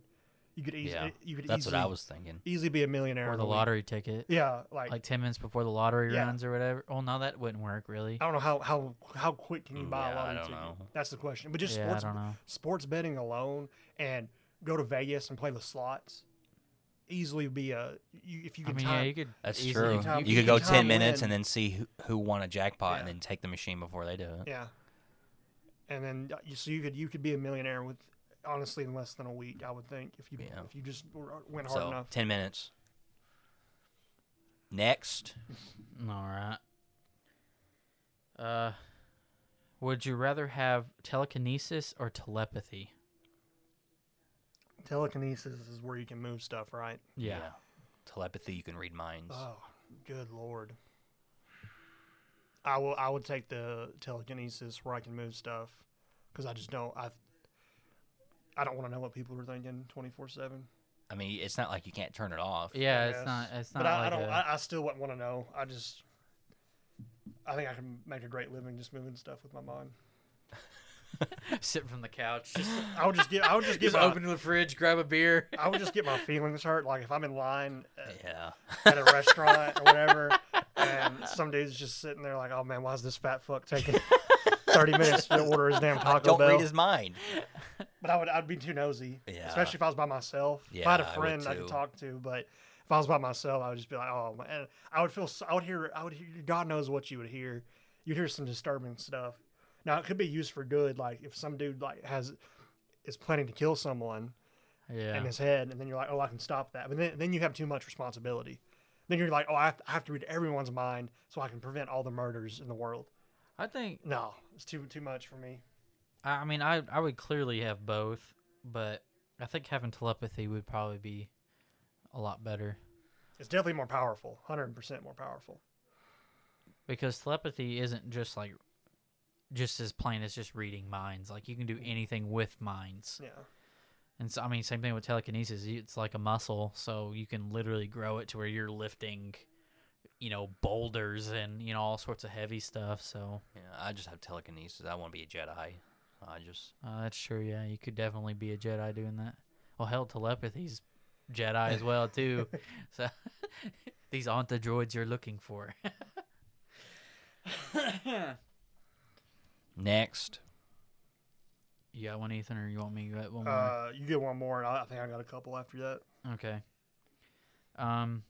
You could easily Yeah, you could That's easily, what I was thinking. easily be a millionaire Or in the a week. lottery ticket, Yeah, like like 10 minutes before the lottery Yeah. runs or whatever. Well, no, that wouldn't work really. I don't know how how how quick can you Mm, buy yeah, a I lottery don't ticket? know. That's the question. But just Yeah, I sports don't know. sports betting alone and go to Vegas and play the slots easily be a you, if you I can mean, time. yeah, you could. That's easily- true. time- You, you could go can time 10 minutes win. and then see who, who won a jackpot and Yeah. then take the machine before they do it. yeah. And then uh, you so you could you could be a millionaire with honestly in less than a week I would think if you Yeah. if you just were- went hard so, enough. 10 minutes. Next. All right. Uh, would you rather have telekinesis or telepathy? Telekinesis is where you can move stuff, right? Telepathy, you can read minds. Oh, good lord. I will. I would take the telekinesis where I can move stuff, because I just don't. I. I don't want to know what people are thinking twenty four seven. I mean, it's not like you can't turn it off. Yeah, it's not. It's not But I, I like don't. a- I I still wouldn't want to know. I just. I think I can make a great living just moving stuff with my mind. sit from the couch, just, I would just get. I would just get. just my, open the fridge, grab a beer. I would just get my feelings hurt. Like if I'm in line at, Yeah. at a restaurant or whatever, and some dude's just sitting there like, "Oh man, why's this fat fuck taking thirty minutes to order his damn Taco Don't Bell?" read his mind. But I would, I'd be too nosy, Yeah. especially if I was by myself. if I had a Yeah, I would friend I, could too. talk to, but if I was by myself, I would just be like, "Oh man," And I would feel, so- I would hear, I would hear. God knows what you would hear. You'd hear some disturbing stuff. Now it could be used for good, like if some dude like has is planning to kill someone Yeah. in his head, and then you're like, "Oh, I can stop that." But then, then you have too much responsibility. Then you're like, oh, I have, to, I have to read everyone's mind so I can prevent all the murders in the world. I think No, it's too too much for me. I I mean I I would clearly have both, but I think having telepathy would probably be a lot better It's definitely more powerful, hundred percent more powerful. because telepathy isn't just like just as plain as just reading minds. Like you can do anything with minds. Yeah, And so I mean same thing with telekinesis. You- It's like a muscle, so you can literally grow it to where you're lifting you know boulders and you know all sorts of heavy stuff, so Yeah, I just have telekinesis. I want to be a Jedi. I just Uh, that's true. Yeah, you could definitely be a Jedi doing that. Well, hell, telepathy's Jedi as well too. so these aren't the droids you're looking for. next. you got one, Ethan, or you want me to Mm-hmm. get one more? uh, you get one more, and I, I think I got a couple after that. okay. Um,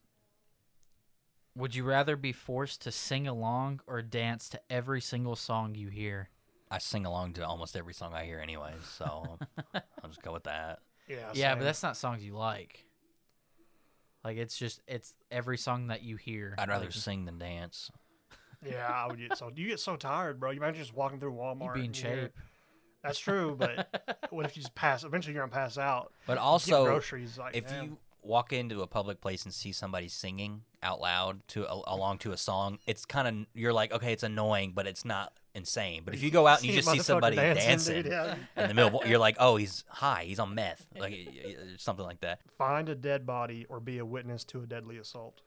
would you rather be forced to sing along or dance to every single song you hear? I sing along to almost every song I hear, anyway. So I'll just go with that. Yeah, yeah, same. but that's not songs you like. Like it's just it's every song that you hear. I'd rather Like, sing than dance. yeah. I would get so you get so tired, bro. You imagine just walking through you'd Walmart. be in and you hear- shape. That's true, but what if you just pass? Eventually, you're gonna pass out. But Get also, groceries. Like, if damn. you walk into a public place and see somebody singing out loud to a, along to a song, it's kind of you're like, okay, it's annoying, but it's not insane. But if you go out and you See just see motherfucker somebody dancing, dude, yeah. in the middle, of- you're like, oh, he's high, he's on meth, like y- y- y- something like that. Find a dead body or be a witness to a deadly assault.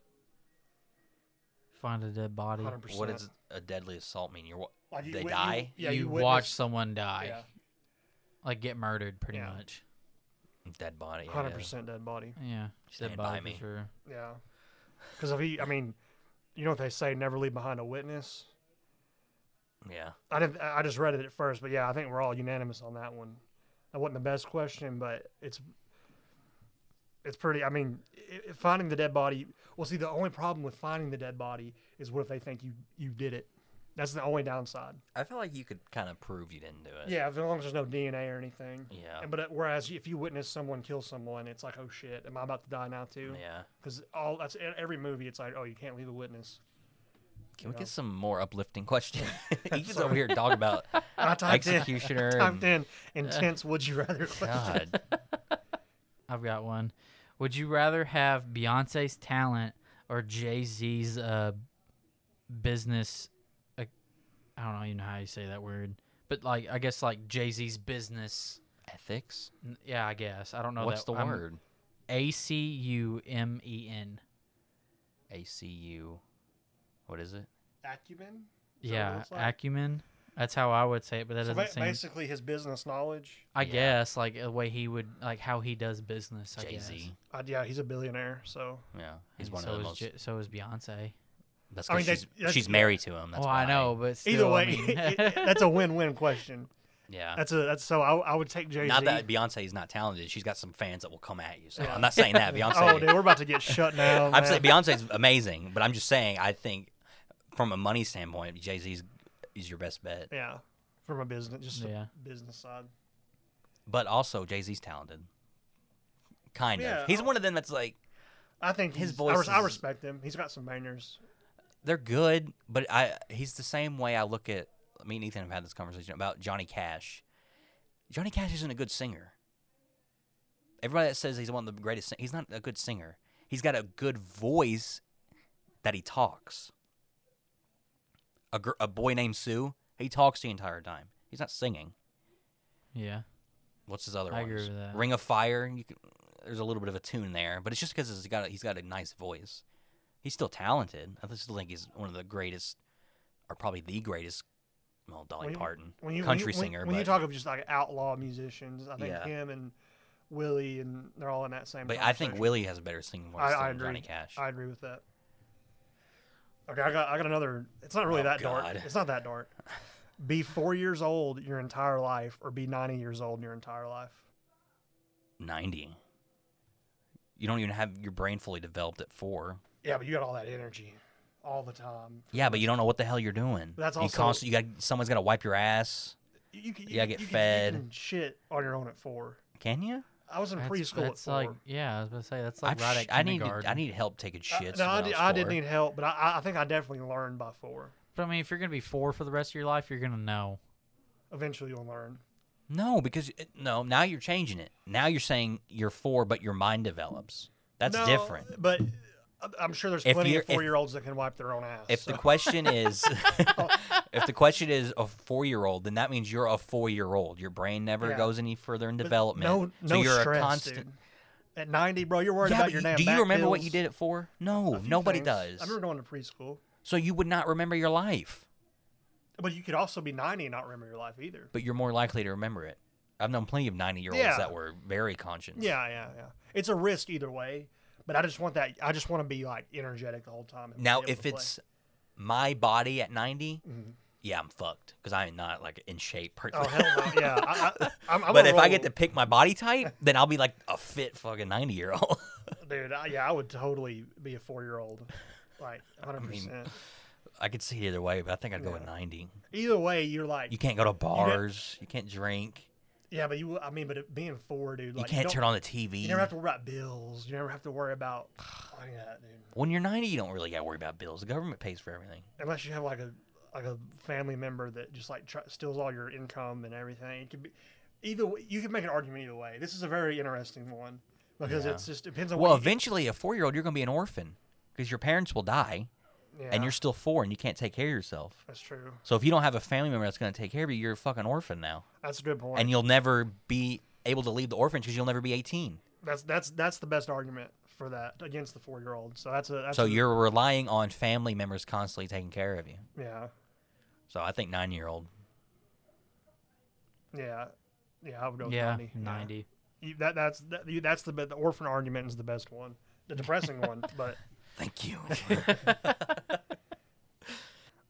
Find a dead body. 100%. What does a deadly assault mean? You're wa- Like, you they wit- you- die. yeah, you, you, watch witness- someone die, Yeah. like get murdered, pretty Yeah. much. Dead body. yeah, yeah. 100% dead body. Yeah, Stand dead by body me. for sure. Yeah. Because if he, I mean, you know what they say, never leave behind a witness. Yeah. I didn't. I I just read it at first, but yeah, I think we're all unanimous on that one. That wasn't the best question, but it's it's pretty. I mean, i i- finding the dead body. Well, see, the only problem with finding the dead body is what if they think you you did it. That's the only downside. I feel like you could kind of prove you didn't do it. Yeah, as long as there's no DNA or anything. Yeah. And, but it- whereas if you witness someone kill someone, it's like, oh shit, am I about to die now too? Yeah. Because all that's in every movie. It's like, oh, you can't leave a witness. Can we know. get some more uplifting question? Ethan's over here talking about And I typed in, Uh, executioner. typed and, in intense. would you rather? question. God. I've got one. Would you rather have Beyonce's talent or Jay Z's uh, business? Uh, I don't know even know how you say that word, but like I guess like Jay Z's business. Ethics? n- Yeah, I guess I don't know. What's that, the I'm- word? A C U M E N. ACU. What is it? Acumen. Is that what it Yeah, looks like? acumen. That's how I would say it, but that So doesn't ba- seem. basically his business knowledge. I Yeah. guess like the way he would like how he does business. I Jay guess. Z. Uh, yeah, he's a billionaire, so Yeah. He's And one so of the is most. J- so is Beyonce. That's I mean, 'cause that's- she's, that's- she's married to him. That's well, why. I know, but still, either way, I mean, it- it- that's a win-win question. Yeah. That's a that's so I, I would take Jay Z. Not that Beyonce is not talented. She's got some fans that will come at you. So I'm not saying that Beyonce. Oh, dude, we're about to get shut down. I'm man. saying Beyonce's amazing, but I'm just saying I think from a money standpoint, Jay Z's is your best bet. yeah, from a business, just Yeah. a business side. But also Jay Z's talented. Kind Yeah, of. He's I- one of them that's like I think His his voice. I, res- I voice is- respect him. He's got some bangers. they're good, but I he's the same way I look at me and Ethan have had this conversation about Johnny Cash. Johnny Cash isn't a good singer. Everybody that says he's one of the greatest, sing- he's not a good singer. He's got a good voice that he talks. A, gr- a boy named Sue, he talks the entire time. He's not singing. yeah, What's his other I ones? agree with that. Ring of Fire. You can, there's a little bit of a tune there, but it's just because he's got a, he's got a nice voice. He's still talented. I still think he's one of the greatest, or probably the greatest. Well, Dolly When you- Parton, When you country when you, when- singer. When, but, you talk of just like outlaw musicians, I think Yeah. him and Willie and they're all in that same. but I think conversation. Willie has a better singing voice I, I than agree. Johnny Cash. I agree with that. Okay, I got I got another. It's not really Oh, that God. dark. It's not that dark. Be four years old your entire life, or be ninety years old your entire life. Ninety. You don't even have your brain fully developed at four. Yeah, but you got all that energy, all the time. Yeah, but you don't know what the hell you're doing. That's you also- constantly- you got someone's got to wipe your ass. You, you, can- you, Yeah, get you can- you fed. can shit on your own at four. Can you? I was in That's- preschool at That's four. like yeah, I was gonna say that's I've like right sh- at I need kindergarten. I need help taking shits. I, Uh, no, I, when did, was I did four. need help, but I- I, I think I definitely learned by four. But I mean, if you're gonna be four for the rest of your life, you're gonna know. Eventually, you'll learn. No, because it- no, now you're changing it. Now you're saying you're four, but your mind develops. That's No, different. But I- I'm sure there's If plenty you're- of if- four year olds that can wipe their own ass. If the so- Oh. question is, if the question is a four-year-old, then that means you're a four-year-old. Your brain never Yeah. goes any further in but development. no, no so you're stress, a constant. dude. At 90, bro, you're worried Yeah, about but your you- damn do back you remember what you pills, did at four? No, a few nobody things. does. I remember going to preschool, So you would not remember your life, but you could also be 90 and not remember your life either. but you're more likely to remember it. I've known plenty of ninety-year-olds Yeah. that were very conscious. Yeah, yeah, yeah. It's a risk either way, but I just want that. I just want to be like energetic the whole time. and be Now, able to if play. Mm-hmm. it's my body at 90, yeah, I'm fucked because I'm not like in shape. oh Personally. hell no, yeah. I, I, I'm, I'm but a if I get to roll- pick my body type, then I'll be like a fit fucking 90 year old. dude, I, yeah, I would totally be a four year old, like 100. percent I could see it either way, but I think I'd go with Yeah. 90. Either way, you're like, You can't go to bars. You can't drink. yeah, but you. I mean, but it, being four, dude, like you can't don't- turn on the TV. You never have to worry about bills. You never have to worry about any of that, dude. when you're 90, you don't really got to worry about bills. The government pays for everything. Unless you have like a like a family member that just like tr- steals all your income and everything. It could be either way, you can make an argument either way. This is a very interesting one because Yeah. it's just depends on Well, what you get- eventually, a four year old, you're going to be an orphan because your parents will die Yeah, and you're still four and you can't take care of yourself. that's true. So if you don't have a family member that's going to take care of you, you're a fucking orphan now. That's a good point. And you'll never be able to leave the orphanage because you'll never be 18. that's that's that's the best argument for that against the four year old. So that's a that's So a, you're relying on family members constantly taking care of you. yeah So I think nine year old. yeah yeah I would go with Yeah, 90. yeah. ninety. You- that that's that, you, that's the be- the orphan argument is the best one, the depressing one, but Thank you.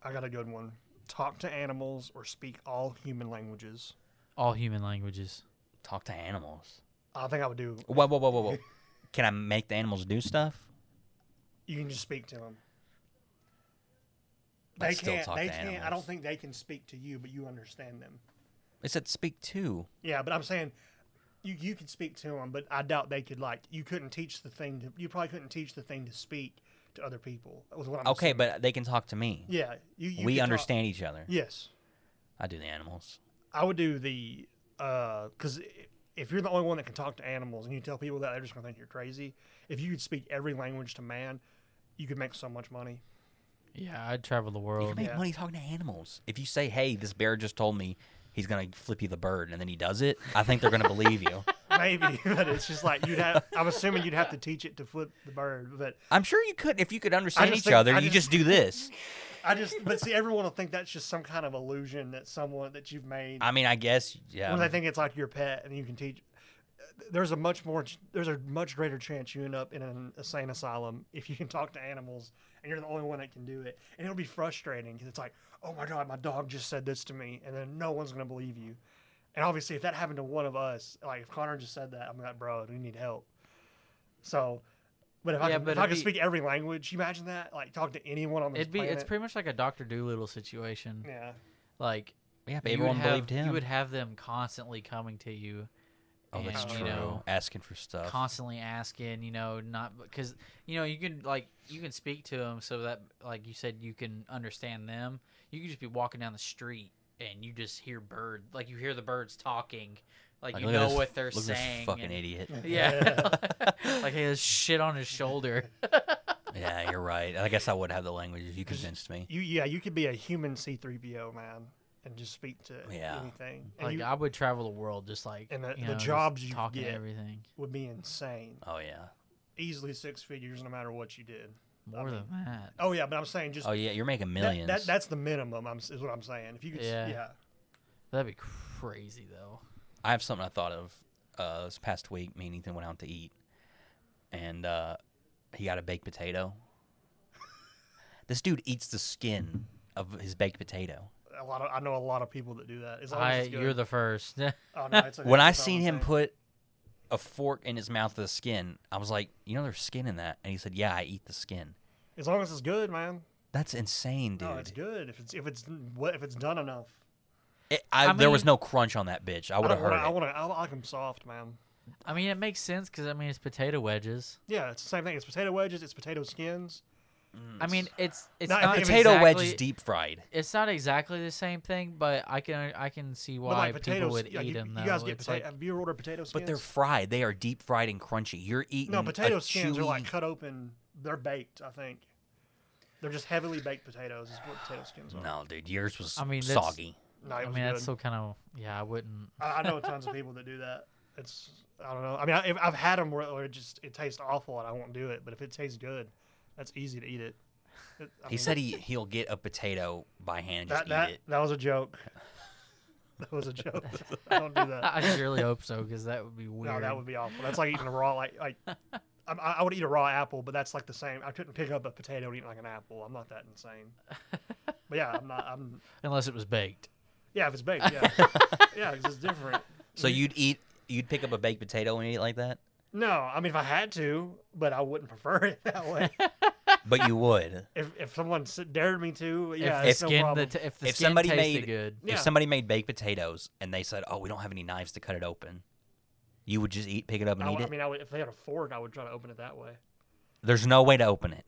I got a good one. Talk to animals or speak all human languages. All human languages. Talk to animals. I think I would do. Whoa, whoa, whoa, whoa, whoa. Can I make the animals do stuff? You can just speak to them. But they still can't. talk they to can't. I animals. don't think they can speak to you, but you understand them. It said speak to. Yeah, but I'm saying you you could speak to them, but I doubt they could like you couldn't teach the thing to you probably couldn't teach the thing to speak to other people. Was what I'm Okay, assuming. but they can talk to me. yeah, you, you could we talk- understand each other. Yes, I do the animals. I would do the because if you're the only one that can talk to animals and you tell people that, they're just gonna think you're crazy. If you could speak every language to man, you could make so much money. Yeah, I'd travel the You world. can make yeah. money talking to animals. If you say, hey, this bear just told me he's going to flip you the bird, and then he does it, I think they're going to believe you. Maybe, but it's just like you'd have. I'm assuming you'd have to teach it to flip the bird, but I'm sure you could. If you could understand just each think- other, I you just- just do this. I just. But see, everyone will think that's just some kind of illusion that someone that you've made. I mean, I guess, yeah. When Um, they think it's like your pet and you can teach. There's a much more. There's a much greater chance you end up in an insane asylum if you can talk to animals and you're the only one that can do it, and it'll be frustrating because it's like, oh my god, my dog just said this to me, and then no one's gonna believe you. And obviously, if that happened to one of us, like if Connor just said that, I'm like, bro, we need help. So, but if I Yeah, can, but if I it'd can be- speak every language, you imagine that? Like talk to anyone on this It'd be. planet. It's pretty much like a Doctor Doolittle situation. yeah. Like yeah, if you would everyone have- believed him. You would have them constantly coming to you. oh, that's and, true. You know, Asking for stuff. constantly asking, you know, not because you know you can like you can speak to them so that like you said you can understand them. You can just be walking down the street and you just hear bird like you hear the birds talking, like, you look at know this- what they're look at saying. This fucking and- idiot. Yeah, like hey, there's shit on his shoulder. yeah, you're right. I guess I would have the language. if You convinced me. You yeah, you could be a human C3PO man and just speak to Yeah. anything. And like you I would travel the world just like And the- you know, the just jobs you could talking get. to everything would be insane. Oh yeah. Easily six figures no matter what you did. more than that. Oh yeah, but I'm saying just Oh yeah. You're making that, millions. that that's the minimum I'm, s- is what I'm saying. If you could s- Yeah. yeah. That'd be crazy though. I have something I thought of. Uh, this past week, me and Ethan went out to eat, and uh, he got a baked potato. this dude eats the skin of his baked potato. A lot of I know a lot of people that do that. As long I as it's good. you're the first. oh, no, it's okay. when I That's all seen I'm him saying. put a fork in his mouth of the skin, I was like, "You know, there's skin in that." And he said, "Yeah, I eat the skin." as long as it's good, man. That's insane, dude. No, it's good if it's if it's what if it's done enough. It, I, I there was mean- no crunch on that bitch. I would I have heard don't wanna- I it. want to I like them soft, man. I mean, it makes sense because I mean it's potato wedges. Yeah, it's the same thing. It's potato wedges. It's potato skins. I mean, it's it's Not not, if it was- Potato exactly, wedges deep fried. It's not exactly the same thing, but I can I can see why but like people potatoes, would like, eat you, them. you guys though. get It's potato. like- have you ever ordered potato skins? But they're fried. They are deep fried and crunchy. You're eating no a potato skins are like chewy- cut open. They're baked. I think they're just heavily baked potatoes. Is what potato skins are. No, dude, yours was I mean, that's- soggy. No, I it mean, was that's good. still kind of yeah. I wouldn't. I, I know tons of people that do that. It's I don't know. I mean, I, if- I've had them where where it just it tastes awful and I won't do it. But if it tastes good, that's easy to eat it. It- I He mean, said he he'll get a potato by hand and just that that, eat it. that was a joke. That was a joke. I don't do that. I surely hope so because that would be weird. No, that would be awful. That's like eating a raw like like. I, I would eat a raw apple, but that's like the same. I couldn't pick up a potato and eat like an apple. I'm not that insane. But yeah, I'm not. I'm unless it was baked. yeah. If it's baked, yeah, yeah, 'cause it's different. So you'd eat you'd pick up a baked potato and eat it like that? No, I mean if I had to, but I wouldn't prefer it that way. But you would. If if someone s- dared me to, yeah, if, it's the no skin, problem. The t- if the If skin somebody tasted made- good, Yeah. If somebody made baked potatoes and they said, "Oh, we don't have any knives to cut it open," you would just eat, pick it up, I, and eat w- Oh, I it. mean, I would, if they had a fork, I would try to open it that way. Uh, There's no way to open it.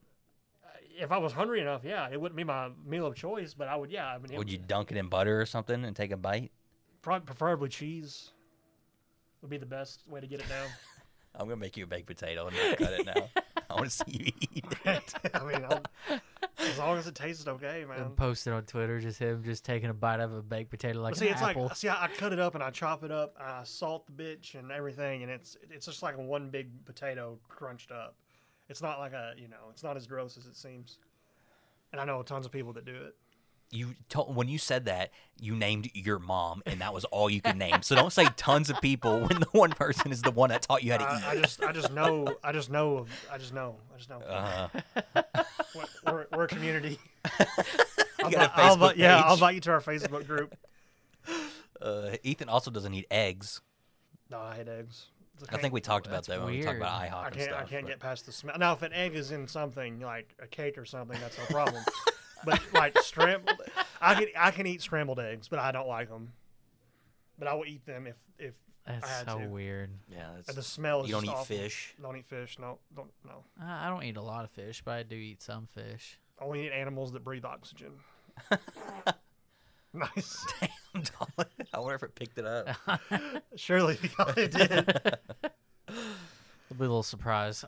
If I was hungry enough, yeah, it wouldn't be my meal of choice, but I would, yeah, I mean, it Would you dunk it in butter or something and take a bite? prob- preferably cheese would be the best way to get it down. I'm gonna make you a baked potato and not cut it now. I want to see you eat it. I mean, I'll, as long as it tastes okay, man. and posted on Twitter, just him just taking a bite of a baked potato like But see, an it's apple. like see, I, I cut it up and I chop it up, I salt the bitch and everything, and it's it's just like one big potato crunched up. It's not like a you know, it's not as gross as it seems. And I know tons of people that do it. You told when you said that you named your mom, and that was all you could name. So don't say tons of people when the one person is the one that taught you how to I, I just I just know I just know of, I just know I just know eat. Uh, we're, we're, we're a community. I'll got a invite- I'll Facebook invite- yeah, I'll page. invite you to our Facebook group. uh, Ethan also doesn't eat eggs. No, I hate eggs. It's a I think thing. we talked about that's that when we talked weird. about IHOP I and can't. stuff. I can't but- get past the smell. Now, if an egg is in something like a cake or something, that's no problem. but like scrambled, I can I can eat scrambled eggs, but I don't like them. But I will eat them if if I That's had so to. weird. yeah, And that's- the smell is you don't just eat awful. fish. Don't eat fish. No, don't no. I I don't eat a lot of fish, but I do eat some fish. Only eat animals that breathe oxygen. nice. I wonder if it picked it up. Surely it did. It'll be a little surprise.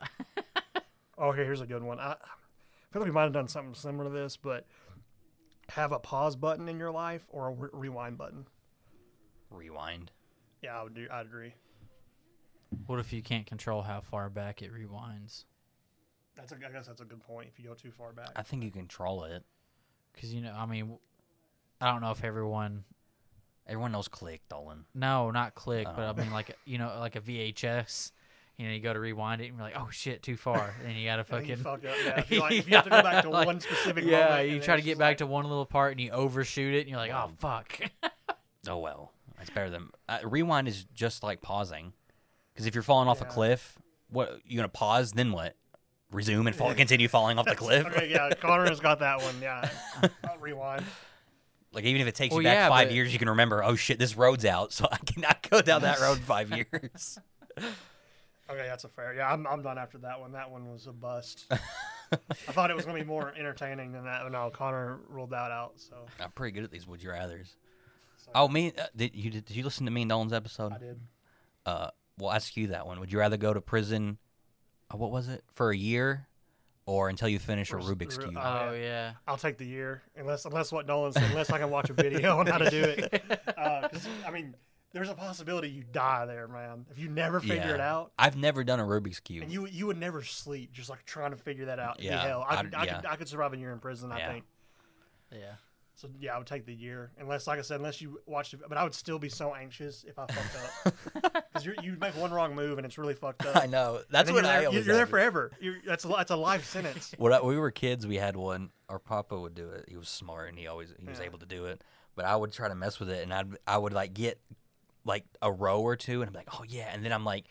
Oh, here, here's a good one. I, I feel like we might have done something similar to this, but have a pause button in your life or a re- rewind button. Rewind. Yeah, I would do. I'd agree. what if you can't control how far back it rewinds? That's a, I guess that's a good point. If you go too far back, I think you control it. Because you know, I mean, w- I don't know if everyone. Everyone knows click, Dolan. No, not click, but Uh-huh. I mean, like you know, like a VHS. You know, you go to rewind it, and you're like, "Oh shit, too far," and you gotta I think fucking. you fuck up. Yeah, if you, like, if you have to go back to Like, one specific moment, yeah, and you then try to it's get just back like- to one little part, and you overshoot it, and you're like, "Oh Wow. fuck." Oh well, that's better than uh, rewind is just like pausing, because if you're falling off Yeah. a cliff, what you gonna pause? Then what? Resume and fall, continue falling off the cliff. Okay, yeah, Connor's got that one. Yeah, I'll rewind. Like even if it takes Well, you back yeah, five but- years, you can remember. Oh shit, this road's out, so I cannot go down that road in five years. Okay, that's a fair. Yeah, I'm, I'm done after that one. That one was a bust. I thought it was gonna be more entertaining than that. but No, Connor ruled that out. So I'm pretty good at these would you rather's. Oh me, uh, did you did you listen to me and Dolan's episode? I did. uh, we'll ask you that one. Would you rather go to prison, uh, what was it, for a year, or until you finish a Ru- Rubik's Ru- cube? uh, oh yeah. yeah. I'll take the year unless unless what Nolan said. Unless I can watch a video on how to do it. Because I mean, there's a possibility you die there, man. If you never figure it Yeah. out, I've never done a Rubik's cube. And you you would never sleep just like trying to figure that out. Yeah, Yeah, hell, I I- could, I, yeah. could, I could survive a year in prison. I Yeah. think. Yeah. So yeah, I would take the year unless, like I said, unless you watched it. But I would still be so anxious if I fucked up because you you make one wrong move and it's really fucked up. I know. That's And what then you're I there, always You're there have. forever. You're, that's a, that's a life sentence. When I, we were kids, we had one. Our papa would do it. He was smart and he always he was Yeah. able to do it. But I would try to mess with it, and I'd I would like get like a row or two, and I'm like, oh yeah, and then I'm like.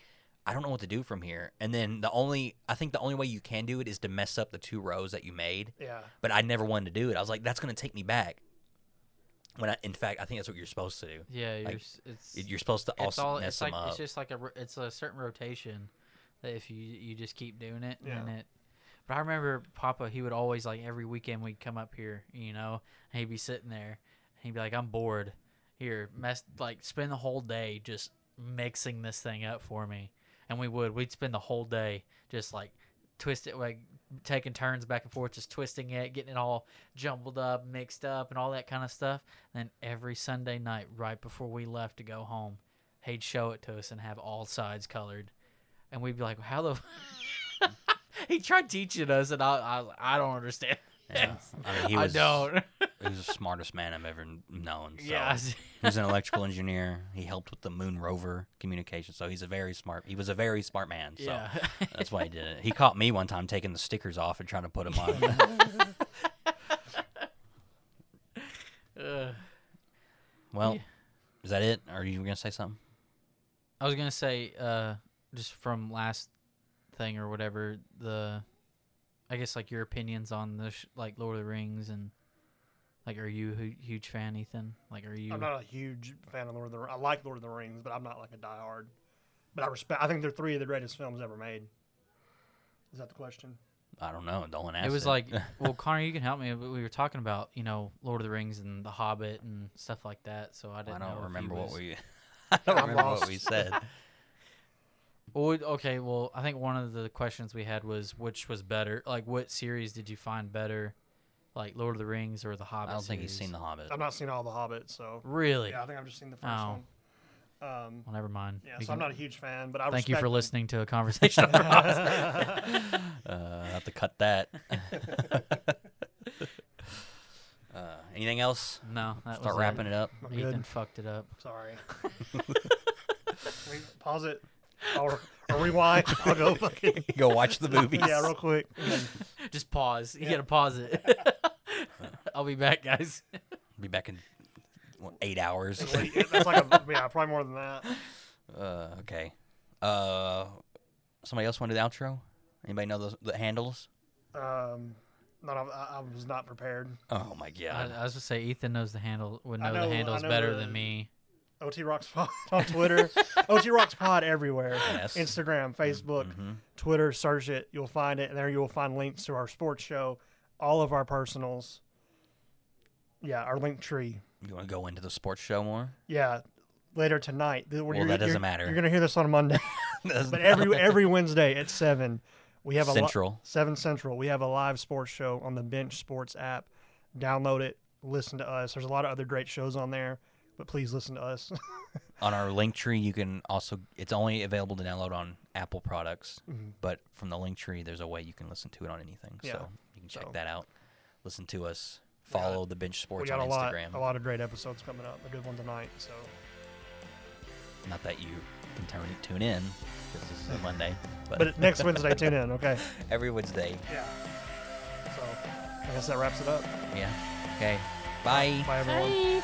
I don't know what to do from here. And then the only, I think the only way you can do it is to mess up the two rows that you made. Yeah, But I never wanted to do it. I was like, that's going to take me back. When I, in fact, I think that's what you're supposed to do. Yeah, you're, Like, s- it's You're supposed to it's also all mess it's like them up. it's just like a ro- it's a certain rotation that if you you just keep doing it Yeah. and it. But I remember Papa, he would always like every weekend we'd come up here, you know, and he'd be sitting there and he'd be like, "I'm bored. Here, mess like spend the whole day just mixing this thing up for me." And we would we'd spend the whole day just like twist it like taking turns back and forth just twisting it getting it all jumbled up mixed up and all that kind of stuff and then every sunday night right before we left to go home he'd show it to us and have all sides colored and we'd be like how the he tried teaching us and i i, I don't understand Yeah. I mean, he i was, don't He was the smartest man I've ever known. So. yeah he was an electrical engineer. He helped with the moon rover communication. So he's a very smart. He was a very smart man. So yeah that's why he did it. He caught me one time taking the stickers off and trying to put them on. Ugh. well, Yeah. is that it? Are you gonna say something? I was gonna say, uh, just from last thing or whatever, the, I guess like your opinions on the sh- like Lord of the Rings and, like, are you a hu- huge fan, Ethan? Like, are you? I'm not a huge fan of Lord of the Rings. I like Lord of the Rings, but I'm not like a diehard. But I respect. I think they're three of the greatest films ever made. Is that the question? I don't know. Don't ask. it was like, well, Connor, you can help me. But we were talking about you know Lord of the Rings and The Hobbit and stuff like that. So I didn't. I know if don't you remember what was- we. I don't I'm remember what lost. we said. Well, we- okay, well, I think one of the questions we had was which was better. Like, what series did you find better, like Lord of the Rings or The Hobbit? I don't think he's series? seen The Hobbit. I've not seen all the Hobbit, so Really? yeah, I think I've just seen the first Oh. one. Um, Well, never mind. yeah, We so I'm can- not a huge fan, but I Thank respect you for listening to a conversation over Oz. Uh, I have to cut that. uh, anything else? No, that was uh, Start wrapping it up. I'm Ethan good. fucked it up. Sorry. Re- pause it or, or rewind. I'll go fucking Go watch the movies. yeah, real quick. Just pause. You gotta pause it. I'll be back, guys. Be back in what, eight hours. That's like a, yeah, probably more than that. Uh, okay. Uh, somebody else wanted the outro. Anybody know those the handles? Um, not I, I was not prepared. Oh my I, I god! was gonna say Ethan knows the handle. Would I know, know- the I handles know better the- than me. OT Rocks Pod on Twitter. OT Rocks Pod everywhere. Yes. Instagram, Mm-hmm. Facebook, Mhm. Twitter. Search it. You'll find it. And there you will find links to our sports show, all of our personals. Yeah, our link tree. You want to go into the sports show more? Yeah, later tonight. Th- Well, you're- that doesn't you're- matter. You're gonna hear this on Monday, That's but every every Wednesday at seven, we have a li- Central. seven central. We have a live sports show on the Bench Sports app. Download it. Listen to us. There's a lot of other great shows on there, but please listen to us. on our link tree, you can also. It's only available to download on Apple products, but from the link tree, there's a way you can listen to it on anything. Mm-hmm. Yeah. So you can check So- that out. Listen to us. Follow the bench we sports got on a lot, Instagram. a lot of great episodes coming up. A good one tonight. So Not that you can turn, tune in because this is a Monday, but, But next Wednesday, tune in, okay? every Wednesday. Yeah. So I guess that wraps it up. Yeah. Okay. Bye. Bye, everyone.